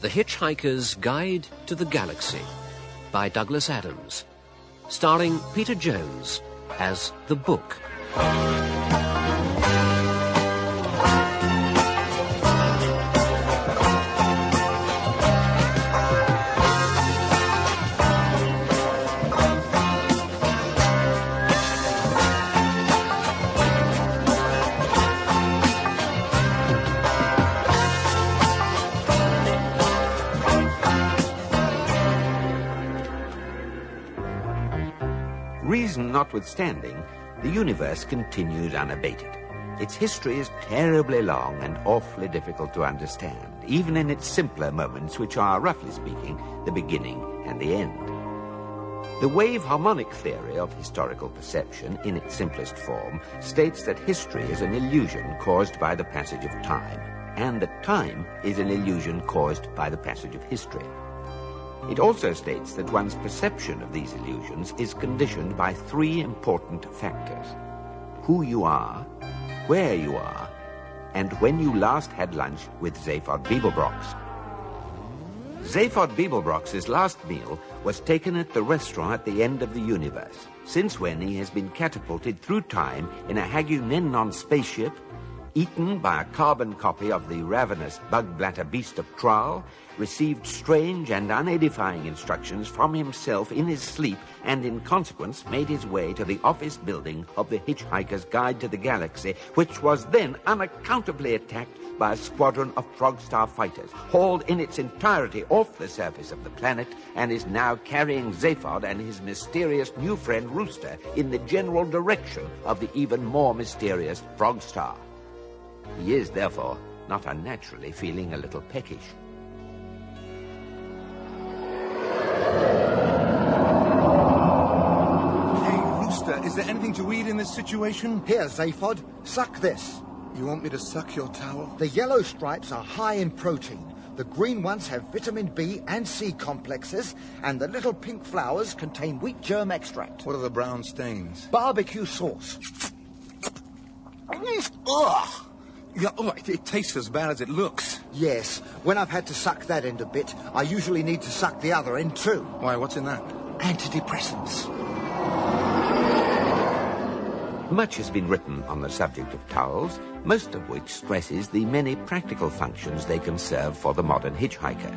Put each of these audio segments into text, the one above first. The Hitchhiker's Guide to the Galaxy by Douglas Adams, starring Peter Jones as The Book. Reason notwithstanding, the universe continues unabated. Its history is terribly long and awfully difficult to understand, even in its simpler moments, which are, roughly speaking, the beginning and the end. The wave harmonic theory of historical perception, in its simplest form, states that history is an illusion caused by the passage of time, and that time is an illusion caused by the passage of history. It also states that one's perception of these illusions is conditioned by three important factors who you are, where you are, and when you last had lunch with Zaphod Beeblebrox. Zaphod Beeblebrox's last meal was taken at the restaurant at the end of the universe, since when he has been catapulted through time in a Hagunenon spaceship eaten by a carbon copy of the ravenous bug bladder beast of Trall, received strange and unedifying instructions from himself in his sleep, and in consequence made his way to the office building of the Hitchhiker's Guide to the Galaxy, which was then unaccountably attacked by a squadron of Frogstar fighters, hauled in its entirety off the surface of the planet, and is now carrying Zaphod and his mysterious new friend Rooster in the general direction of the even more mysterious Frogstar. He is, therefore, not unnaturally feeling a little peckish. Hey, Rooster, is there anything to read in this situation? Here, Zaphod, suck this. You want me to suck your towel? The yellow stripes are high in protein. The green ones have vitamin B and C complexes, and the little pink flowers contain wheat germ extract. What are the brown stains? Barbecue sauce. Ugh! Yeah, oh, it, it tastes as bad as it looks. Yes, when I've had to suck that end a bit, I usually need to suck the other end too. Why, what's in that? Antidepressants. Much has been written on the subject of towels, most of which stresses the many practical functions they can serve for the modern hitchhiker.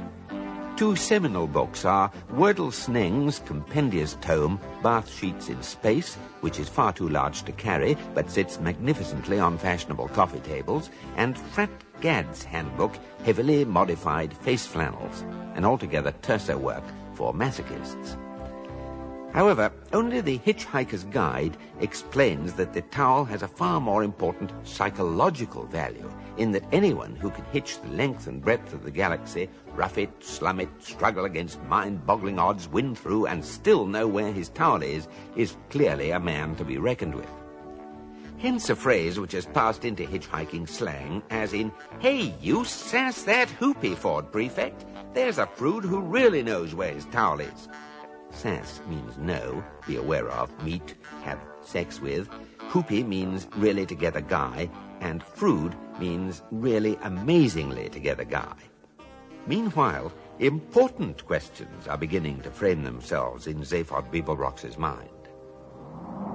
Two seminal books are Wordle Sning's compendious tome, Bath Sheets in Space, which is far too large to carry but sits magnificently on fashionable coffee tables, and Frat Gad's handbook, Heavily Modified Face Flannels, an altogether terser work for masochists. However, only the Hitchhiker's Guide explains that the towel has a far more important psychological value in that anyone who can hitch the length and breadth of the galaxy, rough it, slum it, struggle against mind-boggling odds, win through, and still know where his towel is, is clearly a man to be reckoned with. Hence a phrase which has passed into hitchhiking slang, as in, Hey, you sass that hoopy, Ford Prefect. There's a prude who really knows where his towel is. Sass means know, be aware of, meet, have sex with. Hoopy means really together guy, and frood means really amazingly together guy. Meanwhile, important questions are beginning to frame themselves in Zaphod Beeblebrox's mind.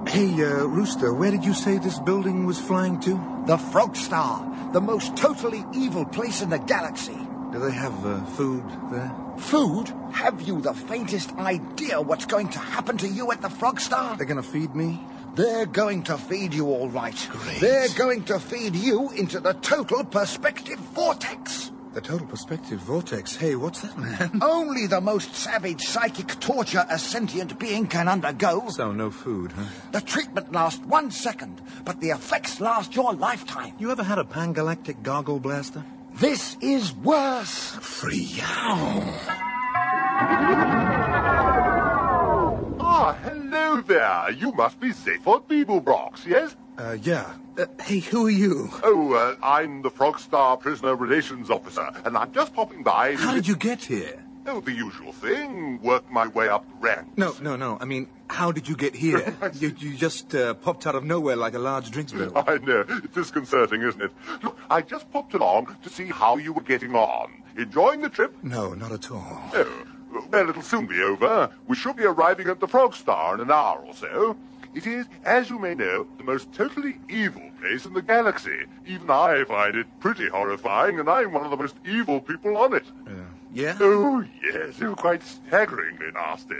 Hey, uh, Rooster, where did you say this building was flying to? The Frog Star, the most totally evil place in the galaxy. Do they have uh, food there? Food? Have you the faintest idea what's going to happen to you at the Frog Star? They're gonna feed me? They're going to feed you all right. They're going to feed you into the total perspective vortex. The total perspective vortex. Hey, what's that, man? Only the most savage psychic torture a sentient being can undergo. so, no food, huh? The treatment lasts one second, but the effects last your lifetime. You ever had a pangalactic gargle blaster? This is worse. Free. Ah, hello there. You must be Zaphod Beeblebrox, yes? Uh, yeah. Uh, hey, who are you? Oh, uh, I'm the Frogstar Prisoner Relations Officer, and I'm just popping by. How did you get here? Oh, the usual thing. Work my way up the ranks. No, no, no. I mean, how did you get here? you, you just uh, popped out of nowhere like a large drinks bill. I know. It's disconcerting, isn't it? Look, I just popped along to see how you were getting on. Enjoying the trip? No, not at all. Oh, well, it'll soon be over. We should be arriving at the Frog Star in an hour or so. It is, as you may know, the most totally evil place in the galaxy. Even I find it pretty horrifying, and I'm one of the most evil people on it. Uh, Yeah? Oh, yes, it was quite staggeringly nasty.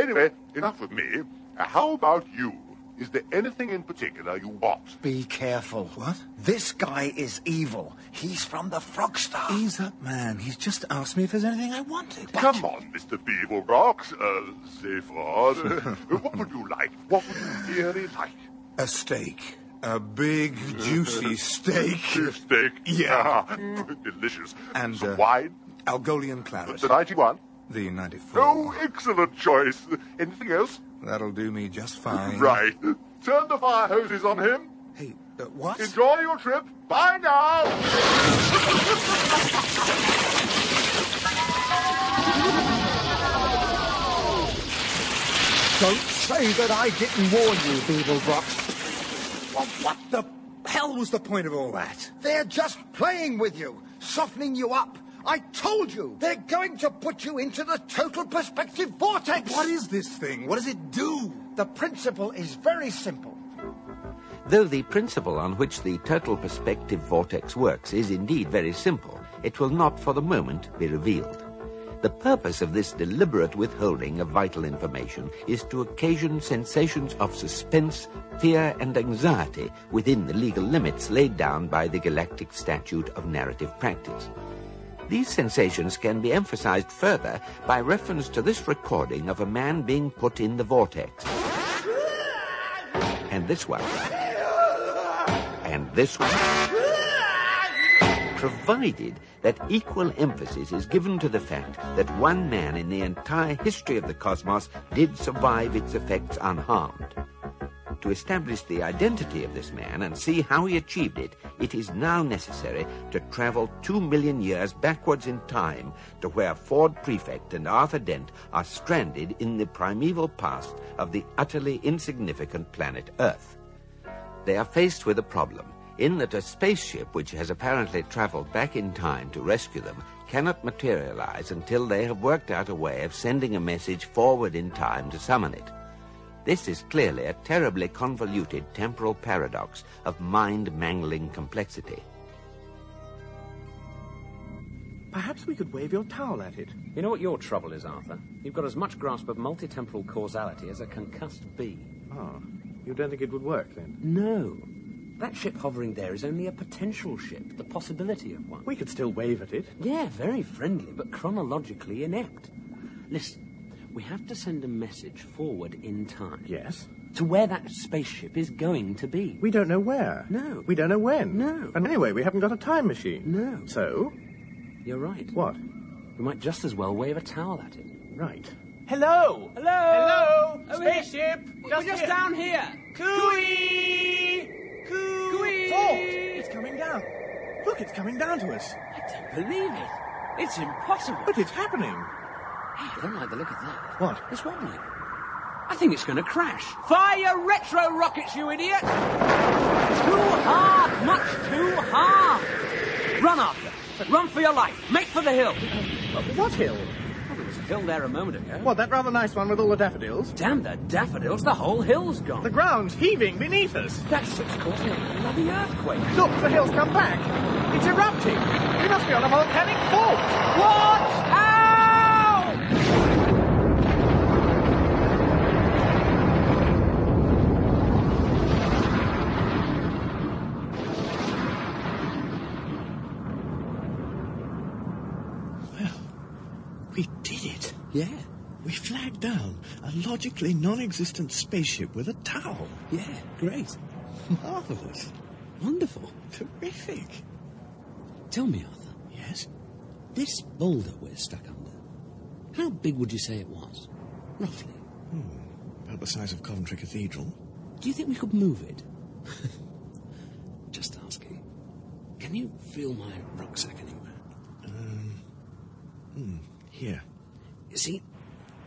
Anyway, enough with me. How about you? Is there anything in particular you want? Be careful. What? This guy is evil. He's from the Frogstar. Ease up, man. He's just asked me if there's anything I wanted. Come on, Mr. Beeblebrox, uh, Zaphod. what would you like? What would you really like? A steak. A big, juicy steak. Beefsteak? Yeah. Mm, Delicious. And, Some uh, wine? Algolian claret. The 91? The 94. Oh, excellent choice. Anything else? That'll do me just fine. Right. Turn the fire hoses on him. Hey, uh, what? Enjoy your trip. Bye now. Don't say that I didn't warn you, Beeblebrox. What, what the hell was the point of all that? They're just playing with you, softening you up. I told you, they're going to put you into the total perspective vortex. What is this thing? What does it do? The principle is very simple. Though the principle on which the total perspective vortex works is indeed very simple, it will not for the moment be revealed. The purpose of this deliberate withholding of vital information is to occasion sensations of suspense, fear, and anxiety within the legal limits laid down by the Galactic Statute of Narrative Practice. These sensations can be emphasized further by reference to this recording of a man being put in the vortex. And this one. And this one. Provided that equal emphasis is given to the fact that one man in the entire history of the cosmos did survive its effects unharmed. To establish the identity of this man and see how he achieved it, it is now necessary to travel two million years backwards in time to where Ford Prefect and Arthur Dent are stranded in the primeval past of the utterly insignificant planet Earth. They are faced with a problem in that a spaceship which has apparently traveled back in time to rescue them cannot materialize until they have worked out a way of sending a message forward in time to summon it. This is clearly a terribly convoluted temporal paradox of mind mangling complexity. Perhaps we could wave your towel at it. You know what your trouble is, Arthur? You've got as much grasp of multitemporal causality as a concussed bee. Ah, you don't think it would work then? No. That ship hovering there is only a potential ship, the possibility of one. We could still wave at it. Yeah, very friendly, but chronologically inept. Listen, we have to send a message forward in time. Yes. To where that spaceship is going to be. We don't know where. No. We don't know when. No. And anyway, we haven't got a time machine. No. So, You're right. what? We might just as well wave a towel at it. Right. Hello! Oh, Hello! Hello! Spaceship! We're just here. down here! Cooey! Cooey! Ford! It's coming down. Look, it's coming down to us. I don't believe it! It's impossible! But it's happening. Hey, I don't like the look of that. What? It's wobbling. I think it's going to crash. Fire retro rockets, you idiot! Too hard! Much too hard! Run after! them. Run for your life! Make for the hill! Uh, What hill? Well, there was a hill there a moment ago. What, that rather nice one with all the daffodils? Damn the daffodils, the whole hill's gone. The ground's heaving beneath us. That ship's causing a bloody earthquake. Look, the hill's come back. It's erupting. We must be on a volcanic fault. Watch out! We did it. Yeah, We flagged down a logically non existent spaceship with a towel. yeah, great. Marvelous. Wonderful. Terrific. Tell me, Arthur, Yes? this boulder we're stuck under, how big would you say it was? Roughly. About the size of Coventry Cathedral. Do you think we could move it? Just asking. Can you feel my rucksack anywhere? Um, hmm, Here. You see,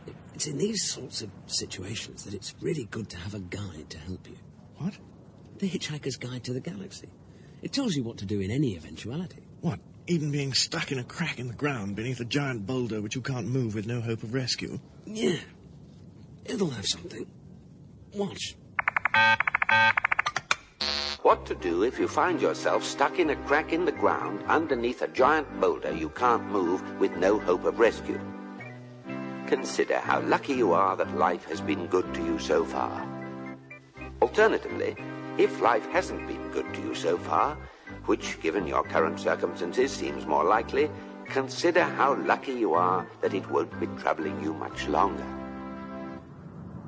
it- it's in these sorts of situations that it's really good to have a guide to help you. What? The Hitchhiker's Guide to the Galaxy. It tells you what to do in any eventuality. What? Even being stuck in a crack in the ground beneath a giant boulder which you can't move with no hope of rescue? Yeah. It'll have something. Watch. What to do if you find yourself stuck in a crack in the ground underneath a giant boulder you can't move with no hope of rescue. Consider how lucky you are that life has been good to you so far. Alternatively, if life hasn't been good to you so far, which given your current circumstances seems more likely, consider how lucky you are that it won't be troubling you much longer.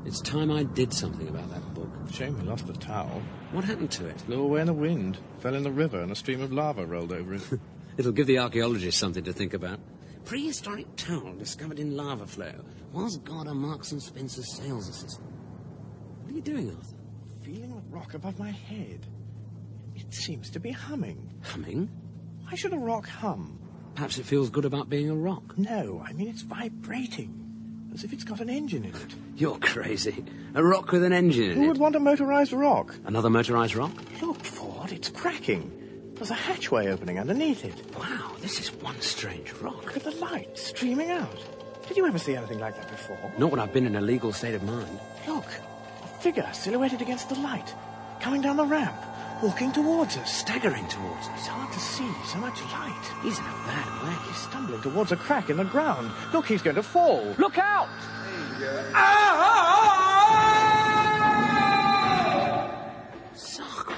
It's time I did something about that book. Shame we lost the towel. What happened to it? Blew away in the wind, fell in the river, and a stream of lava rolled over it. It'll give the archaeologists something to think about. Prehistoric towel discovered in lava flow. Was God a Marks and Spencer sales assistant? What are you doing, Arthur? Feeling a rock above my head. It seems to be humming. Humming? Why should a rock hum? Perhaps it feels good about being a rock. No, I mean it's vibrating, as if it's got an engine in it. You're crazy. A rock with an engine in Who would it. want a motorized rock? Another motorized rock? Look, Ford, it's cracking. There's a hatchway opening underneath it, Wow, this is one strange rock. with a light streaming out. Did you ever see anything like that before? Not when I've been in a legal state of mind. Look, a figure silhouetted against the light, coming down the ramp, walking towards us. Staggering towards us. It's hard to see, so much light. He's in a bad way. He's stumbling towards a crack in the ground. Look, he's going to fall. Look out! Sargon.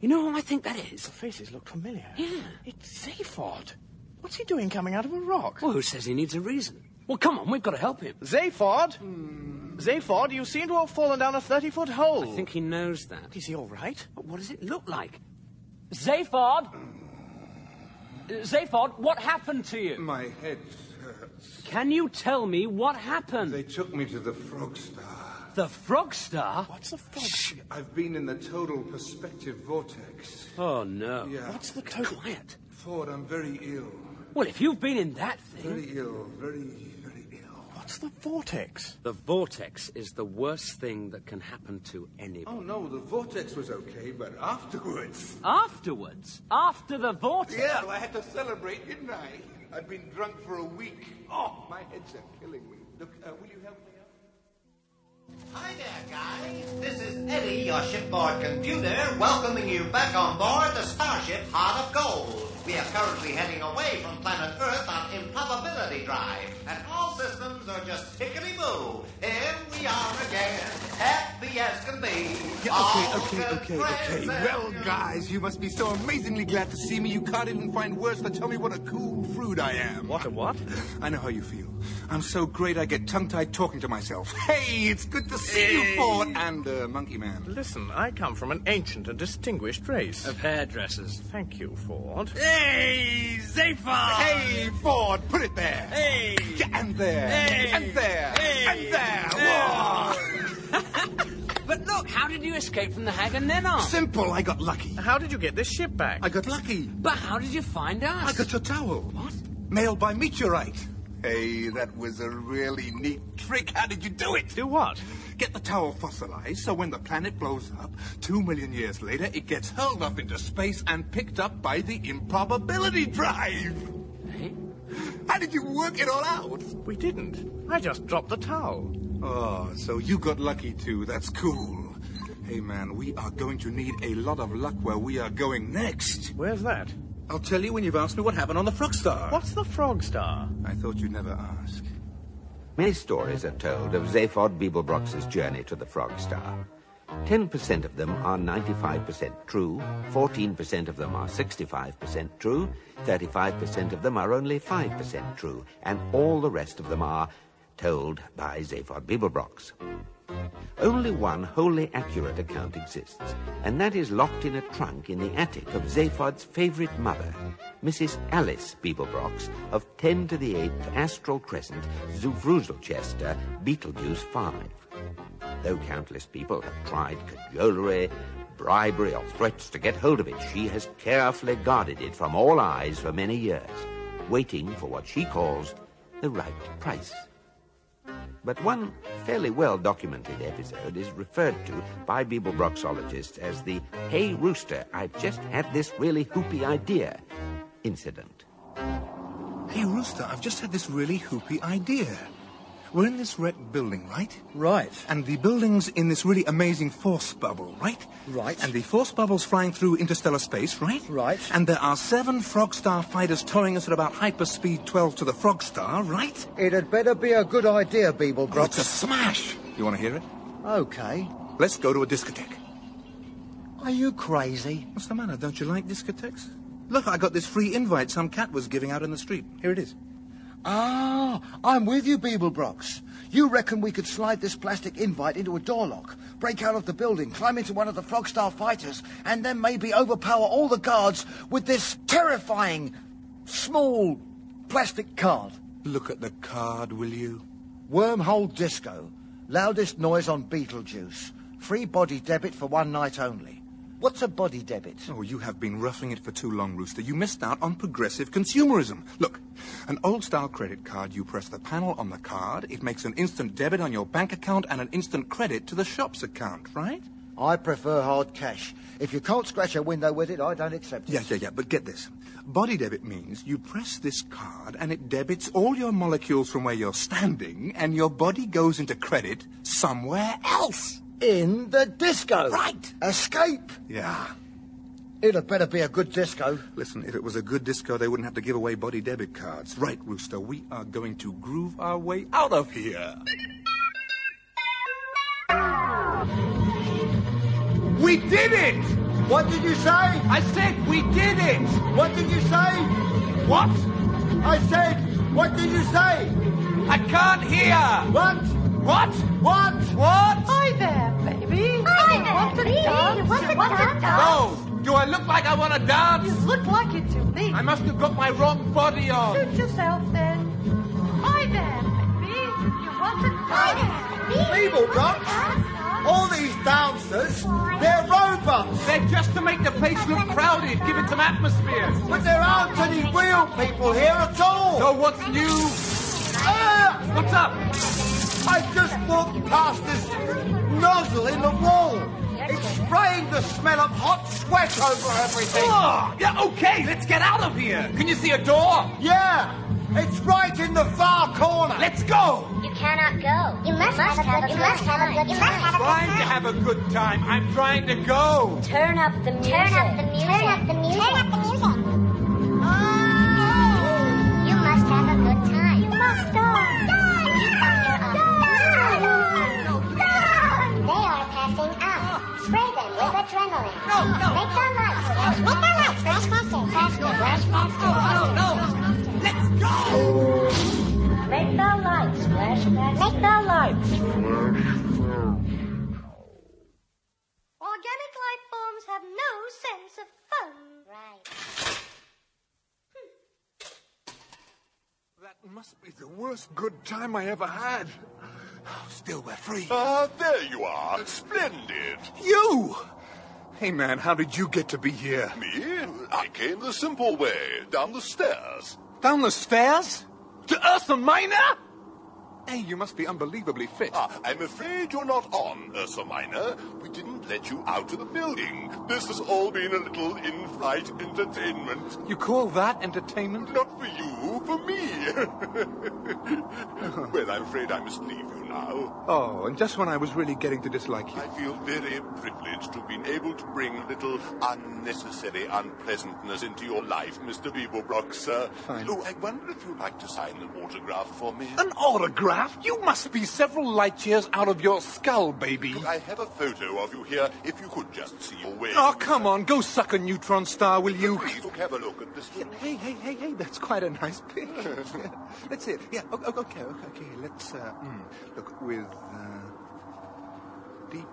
You know who I think that is? The faces look familiar. Yeah. It's Zaphod. What's he doing coming out of a rock? Well, who says he needs a reason? Well, come on, we've got to help him. Zaphod? Zaphod, you seem to have fallen down a 30 foot hole. I think he knows that. Is he all right? But what does it look like? Zaphod! Zaphod, what happened to you? My head hurts. Can you tell me what happened? They took me to the Frog Star. The frog star? What's the frog? I've been in the total perspective vortex. Oh, no. Yeah. What's the total? Quiet. Ford, I'm very ill. Well, if you've been in that thing. Very ill. Very, very ill. What's the vortex? The vortex is the worst thing that can happen to anybody. Oh no, the vortex was okay, but afterwards. Afterwards, after the vortex. Yeah, I had to celebrate, didn't I? I'd been drunk for a week. Oh, my head's are killing me. Look, uh, will you help me out? Hi there, guys. This is Eddie, your shipboard computer, welcoming you back on board the starship Heart of Gold. We are currently heading away from planet Earth on Improbability Drive, and all systems are just tickety boo. Here we are again, happy as can be. All good friends and Well, guys, you must be so amazingly glad to see me. You can't even find words to tell me what a cool prude I am. What a what? I know how you feel. I'm so great I get tongue tied talking to myself. Hey, it's good to see you, Ford and uh, Monkey Man. Listen, I come from an ancient and distinguished race. Of hairdressers. Eh! Thank you, Ford. Hey, Zaphod! Hey, Ford, put it there. Hey. and there. Hey. And there. Hey. And there. Whoa. But look, how did you escape from the hag and then on? Simple, I got lucky. How did you get this ship back? I got lucky. But how did you find us? I got your towel. What? Mailed by meteorite. Hey, that was a really neat trick. How did you do it? Do what? Get the towel fossilized so when the planet blows up, two million years later, it gets hurled off into space and picked up by the improbability drive. Eh? How did you work it all out? We didn't. I just dropped the towel. Oh, so you got lucky too. That's cool. Hey, man, we are going to need a lot of luck where we are going next. Where's that? I'll tell you when you've asked me what happened on the Frog Star. What's the frog star? I thought you'd never ask. Many stories are told of Zaphod Beeblebrox's journey to the Frog Star. 10% of them are 95% true, 14% of them are 65% true, 35% of them are only 5% true, and all the rest of them are told by Zaphod Beeblebrox. Only one wholly accurate account exists, and that is locked in a trunk in the attic of Zaphod's favorite mother, Mrs. Alice Beeblebrox of 10 to the 8th Astral Crescent, Zufruzelchester, Beetlejuice 5. Though countless people have tried cajolery, bribery, or threats to get hold of it, she has carefully guarded it from all eyes for many years, waiting for what she calls the right price. But one fairly well documented episode is referred to by Beeblebroxologists as the Hey Rooster, I've just had this really hoopy idea incident. Hey, Rooster, I've just had this really hoopy idea. We're in this wrecked building, right? Right. And the building's in this really amazing force bubble, right? Right. And the force bubble's flying through interstellar space, right? Right. And there are seven Frogstar fighters towing us at about hyperspeed 12 to the Frogstar, right? It had better be a good idea, Beeblebrox. Oh, it's a smash! You want to hear it? Okay. Let's go to a discotheque. Are you crazy? What's the matter? Don't you like discotheques? Look, I got this free invite some cat was giving out in the street. Here it is. Ah, I'm with you, Beeblebrox. You reckon we could slide this plastic invite into a door lock, break out of the building, climb into one of the Frogstar fighters, and then maybe overpower all the guards with this terrifying small plastic card? Look at the card, will you? Wormhole Disco. Loudest noise on Beetlejuice. Free body debit for one night only. What's a body debit? Oh, you have been roughing it for too long, Rooster. You missed out on progressive consumerism. Look, an old style credit card, you press the panel on the card, it makes an instant debit on your bank account and an instant credit to the shop's account, right? I prefer hard cash. If you can't scratch a window with it, I don't accept it. Yeah, yeah, yeah, but get this. Body debit means you press this card and it debits all your molecules from where you're standing and your body goes into credit somewhere else. In the disco. Right. Escape. Yeah. It had better be a good disco. Listen, if it was a good disco, they wouldn't have to give away body debit cards. Right, Rooster, we are going to groove our way out of here. We did it! What did you say? I said we did it! What did you say? What? I said, what did you say? I can't hear! What? What? What? What? Hi there, baby. Hi there, want to baby. Dance? You want to dance? No! Oh, Do I look like I want to dance? You look like it to me. I must have got my wrong body on. Suit yourself then. Hi there, baby. You want to dance? People, Rox. All these dancers, they're robots. They're just to make the place look crowded, give it some atmosphere. But there aren't any real people here at all. So what's new? Ah! What's up? I just walked past this nozzle in the wall. It's spraying the smell of hot sweat over everything. Oh, yeah, okay, let's get out of here. Can you see a door? Yeah, it's right in the far corner. Let's go. You cannot go. You must, have, a good, you must have a good time. Trying to have a good time. I'm trying to go. Turn up the music. Turn up the music. Turn up the music. Turn up the music. Oh, you must have a good time. You must go. adrenaline. No, no. Make them lights flash. Make them lights flash faster. Faster. Flash faster. No, no. Let's go. Make the lights flash faster. Make the lights Organic life forms have no sense of fun. Right. That must be the worst good time I ever had. Still, we're free. Ah, there you are. Splendid. You! Hey, man, how did you get to be here? Me? I came the simple way, down the stairs. Down the stairs? To Ursa Minor? Hey, you must be unbelievably fit. Ah, I'm afraid you're not on, Ursa Minor. We didn't let you out of the building. This has all been a little in-flight entertainment. You call that entertainment? Not for you, for me. well, I'm afraid I must leave you now. Oh, and just when I was really getting to dislike you. I feel very privileged to have been able to bring a little unnecessary unpleasantness into your life, Mr. Beeblebrox, sir. Fine. Oh, I wonder if you'd like to sign an autograph for me. An autograph? You must be several light years out of your skull, baby. I have a photo of you here. If you could just see your way. Oh, come on. Go suck a neutron star, will you? Please look, have a look at this. one. Hey, hey, hey, hey. That's quite a nice pic. Yeah, Let's see it. Yeah, o- o- okay, okay, okay. Let's, uh, mm, look with, uh, deep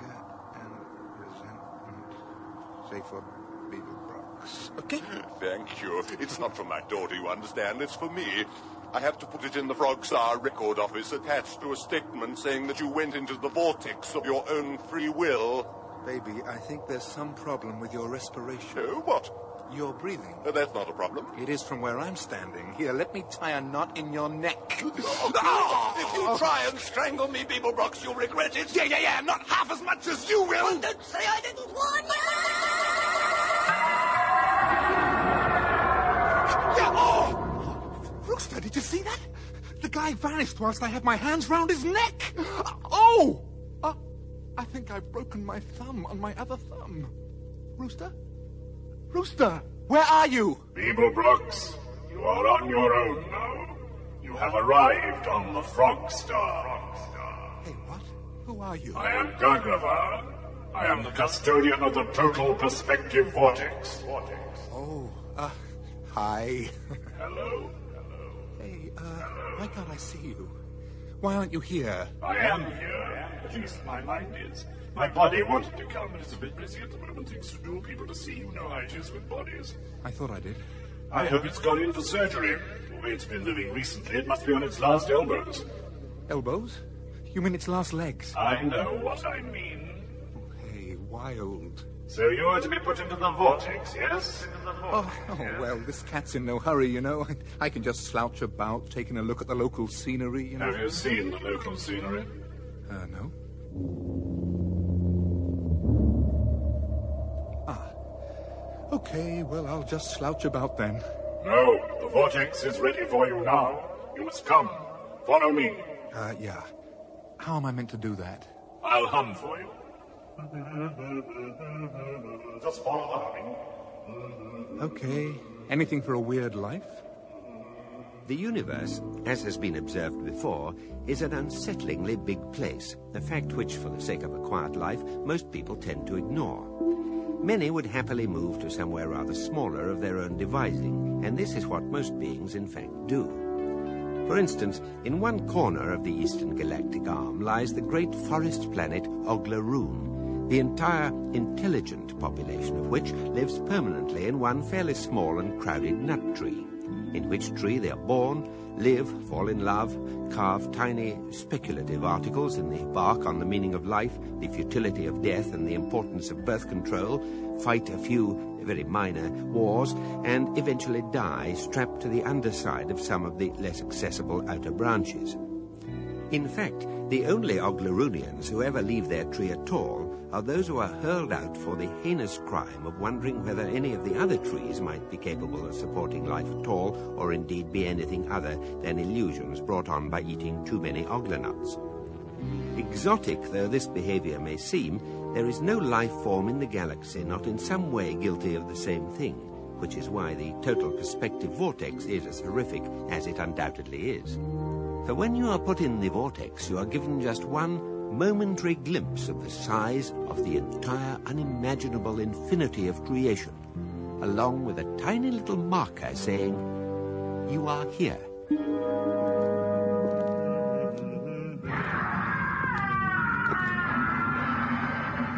anger and resentment. Say for Beeblebrox. Okay? Thank you. It's not for my daughter, you understand. It's for me. I have to put it in the Frogstar record office attached to a statement saying that you went into the vortex of your own free will. Baby, I think there's some problem with your respiration. Oh, what? Your breathing. Uh, that's not a problem. It is from where I'm standing. Here, let me tie a knot in your neck. Ah! Oh, if you try and strangle me, Beeblebrox, you'll regret it. Yeah, yeah, yeah, not half as much as you will. Don't say I didn't warn you! Yeah, oh! Rookster, did you see that? The guy vanished whilst I had my hands round his neck. Oh! Uh, I think I've broken my thumb on my other thumb. Rooster? Rooster, where are you? Beeble Brooks, you are on your own now. You have arrived on the Frogstar. Hey, what? Who are you? I am Gagavar. I am the custodian of the Total Perspective Vortex. Oh, uh, hi. Hello? Hey, uh, why can't I see you? Why aren't you here? I am here. At least my mind is. My body wanted to come, but it's a bit busy at the moment. Things to do, people to see, you know how it is with bodies. I thought I did. I hope it's gone in for surgery. The way it's been living recently, it must be on its last elbows. Elbows? You mean its last legs? I know what I mean. Hey, wild. So you are to be put into the vortex, yes? Into the Oh, oh, well, this cat's in no hurry, you know. I, I can just slouch about, taking a look at the local scenery, you know. Have you seen the local scenery? Uh, no. Ah. Okay, well, I'll just slouch about then. No, the vortex is ready for you now. You must come. Follow me. Uh, yeah. How am I meant to do that? I'll hum for you. Just follow the humming. Okay. Anything for a weird life? The universe, as has been observed before, is an unsettlingly big place, a fact which, for the sake of a quiet life, most people tend to ignore. Many would happily move to somewhere rather smaller of their own devising, and this is what most beings, in fact, do. For instance, in one corner of the eastern galactic arm lies the great forest planet Oglaroon, the entire intelligent population of which lives permanently in one fairly small and crowded nut tree, in which tree they are born, live, fall in love, carve tiny speculative articles in the bark on the meaning of life, the futility of death, and the importance of birth control, fight a few very minor wars, and eventually die strapped to the underside of some of the less accessible outer branches. In fact, the only Oglaroonians who ever leave their tree at all are those who are hurled out for the heinous crime of wondering whether any of the other trees might be capable of supporting life at all, or indeed be anything other than illusions brought on by eating too many Oglanuts. Exotic though this behavior may seem, there is no life form in the galaxy not in some way guilty of the same thing, which is why the total perspective vortex is as horrific as it undoubtedly is. For when you are put in the vortex, you are given just one momentary glimpse of the size of the entire unimaginable infinity of creation, along with a tiny little marker saying, You are here.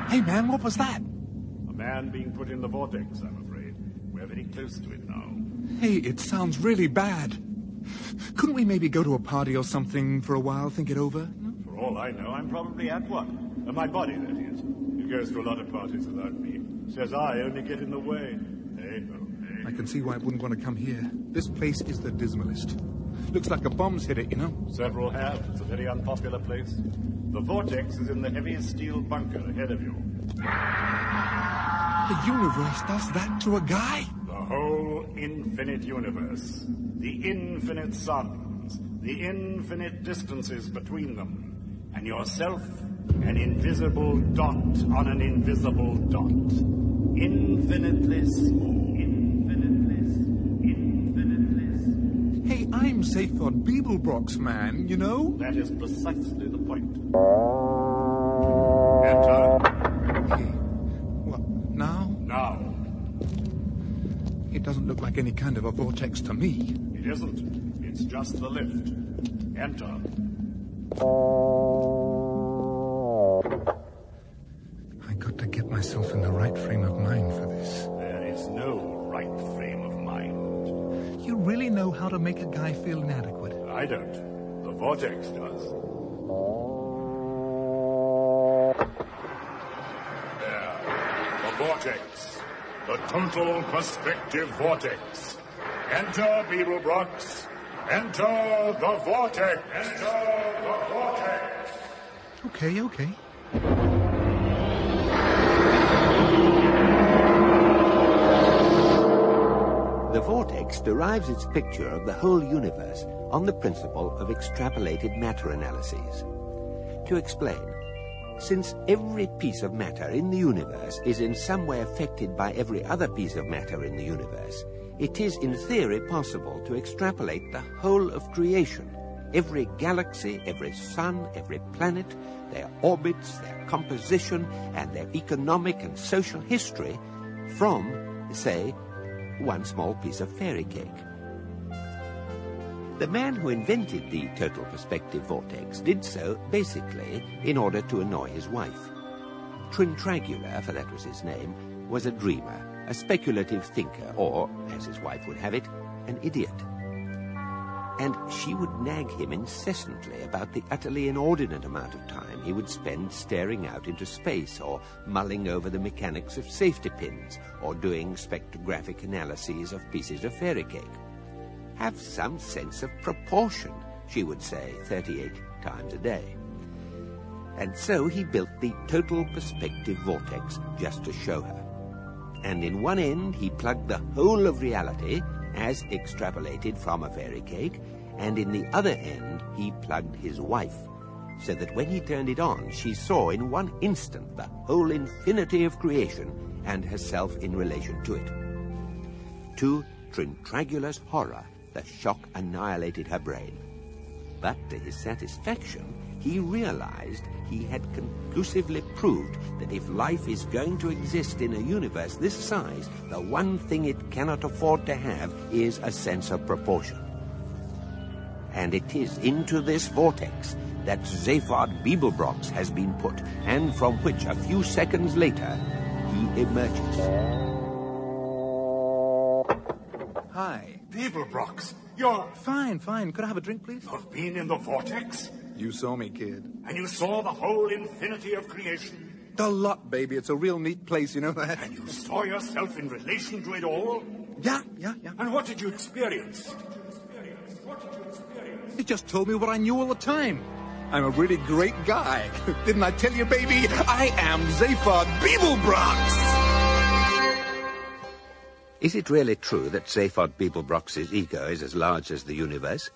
Hey, man, what was that? A man being put in the vortex, I'm afraid. We're very close to it now. Hey, it sounds really bad. Couldn't we maybe go to a party or something for a while, think it over? For all I know, I'm probably at one. Uh, my body, that is. It goes to a lot of parties without me. Says I only get in the way. Eh? Hey, ho, hey. I can see why it wouldn't want to come here. This place is the dismalest. Looks like a bomb's hit it, you know? Several have. It's a very unpopular place. The vortex is in the heavy steel bunker ahead of you. The universe does that to a guy? The whole infinite universe. The infinite suns. The infinite distances between them. And yourself, an invisible dot on an invisible dot. Infinitely small. Infinitely small. Infinitely small. Hey, I'm safe on Beeblebrox, man, you know? That is precisely the point. Enter Hey, what, now? now. It doesn't look like any kind of a vortex to me. It isn't. It's just the lift. Enter. I got to get myself in the right frame of mind for this. There is no right frame of mind. You really know how to make a guy feel inadequate. I don't. The vortex does. There. vortex. The total perspective vortex. Enter Beeblebrox. Enter the vortex. Enter the vortex. Okay, okay. The vortex derives its picture of the whole universe on the principle of extrapolated matter analyses. To explain, since every piece of matter in the universe is in some way affected by every other piece of matter in the universe, it is in theory possible to extrapolate the whole of creation. Every galaxy, every sun, every planet, their orbits, their composition, and their economic and social history from, say, one small piece of fairy cake. The man who invented the total perspective vortex did so basically in order to annoy his wife. Trintragula, for that was his name, was a dreamer, a speculative thinker, or, as his wife would have it, an idiot. And she would nag him incessantly about the utterly inordinate amount of time he would spend staring out into space, or mulling over the mechanics of safety pins, or doing spectrographic analyses of pieces of fairy cake. Have some sense of proportion, she would say 38 times a day. And so he built the total perspective vortex just to show her. And in one end, he plugged the whole of reality, as extrapolated from a fairy cake, and in the other end, he plugged his wife, so that when he turned it on, she saw in one instant the whole infinity of creation and herself in relation to it. To Trintragula's horror, the shock annihilated her brain. But to his satisfaction, he realized he had conclusively proved that if life is going to exist in a universe this size, the one thing it cannot afford to have is a sense of proportion. And it is into this vortex that Zaphod Beeblebrox has been put, and from which a few seconds later he emerges. Hi. Beeblebrox, you're. Fine, fine. Could I have a drink, please? You've been in the vortex? You saw me, kid. And you saw the whole infinity of creation? The lot, baby. It's a real neat place, you know that? And you saw yourself in relation to it all? Yeah, yeah, yeah. And what did you experience? It just told me what I knew all the time. I'm a really great guy. Didn't I tell you, baby? I am Zaphod Beeblebrox! Is it really true that Zaphod Beeblebrox's ego is as large as the universe?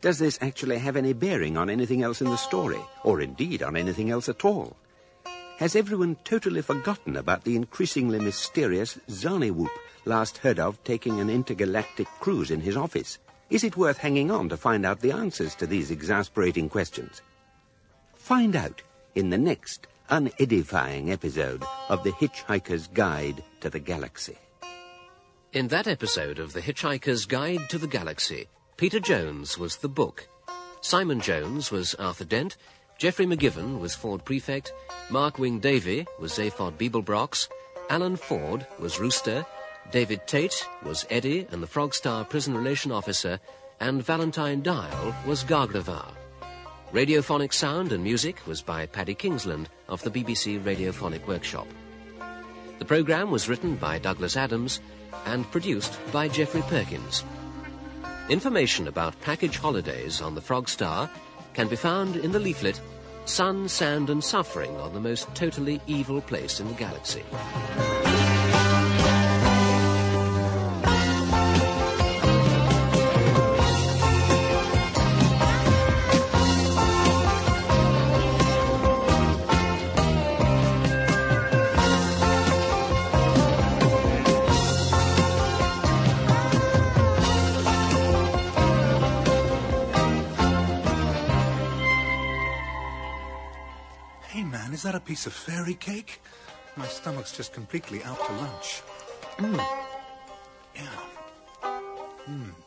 Does this actually have any bearing on anything else in the story, or indeed on anything else at all? Has everyone totally forgotten about the increasingly mysterious Zarniwoop, last heard of taking an intergalactic cruise in his office? Is it worth hanging on to find out the answers to these exasperating questions? Find out in the next unedifying episode of The Hitchhiker's Guide to the Galaxy. In that episode of The Hitchhiker's Guide to the Galaxy, Peter Jones was the book. Simon Jones was Arthur Dent, Geoffrey McGivern was Ford Prefect, Mark Wing Davy was Zaphod Beeblebrox, Alan Ford was Rooster, David Tate was Eddie and the Frogstar Prison Relation Officer, and Valentine Dial was Gargravar. Radiophonic sound and music was by Paddy Kingsland of the BBC Radiophonic Workshop. The programme was written by Douglas Adams and produced by Jeffrey Perkins. Information about package holidays on the Frog Star can be found in the leaflet Sun, Sand and Suffering on the Most Totally Evil Place in the Galaxy. Hey, man, is that a piece of fairy cake? My stomach's just completely out to lunch. Mm. Yeah. Mm.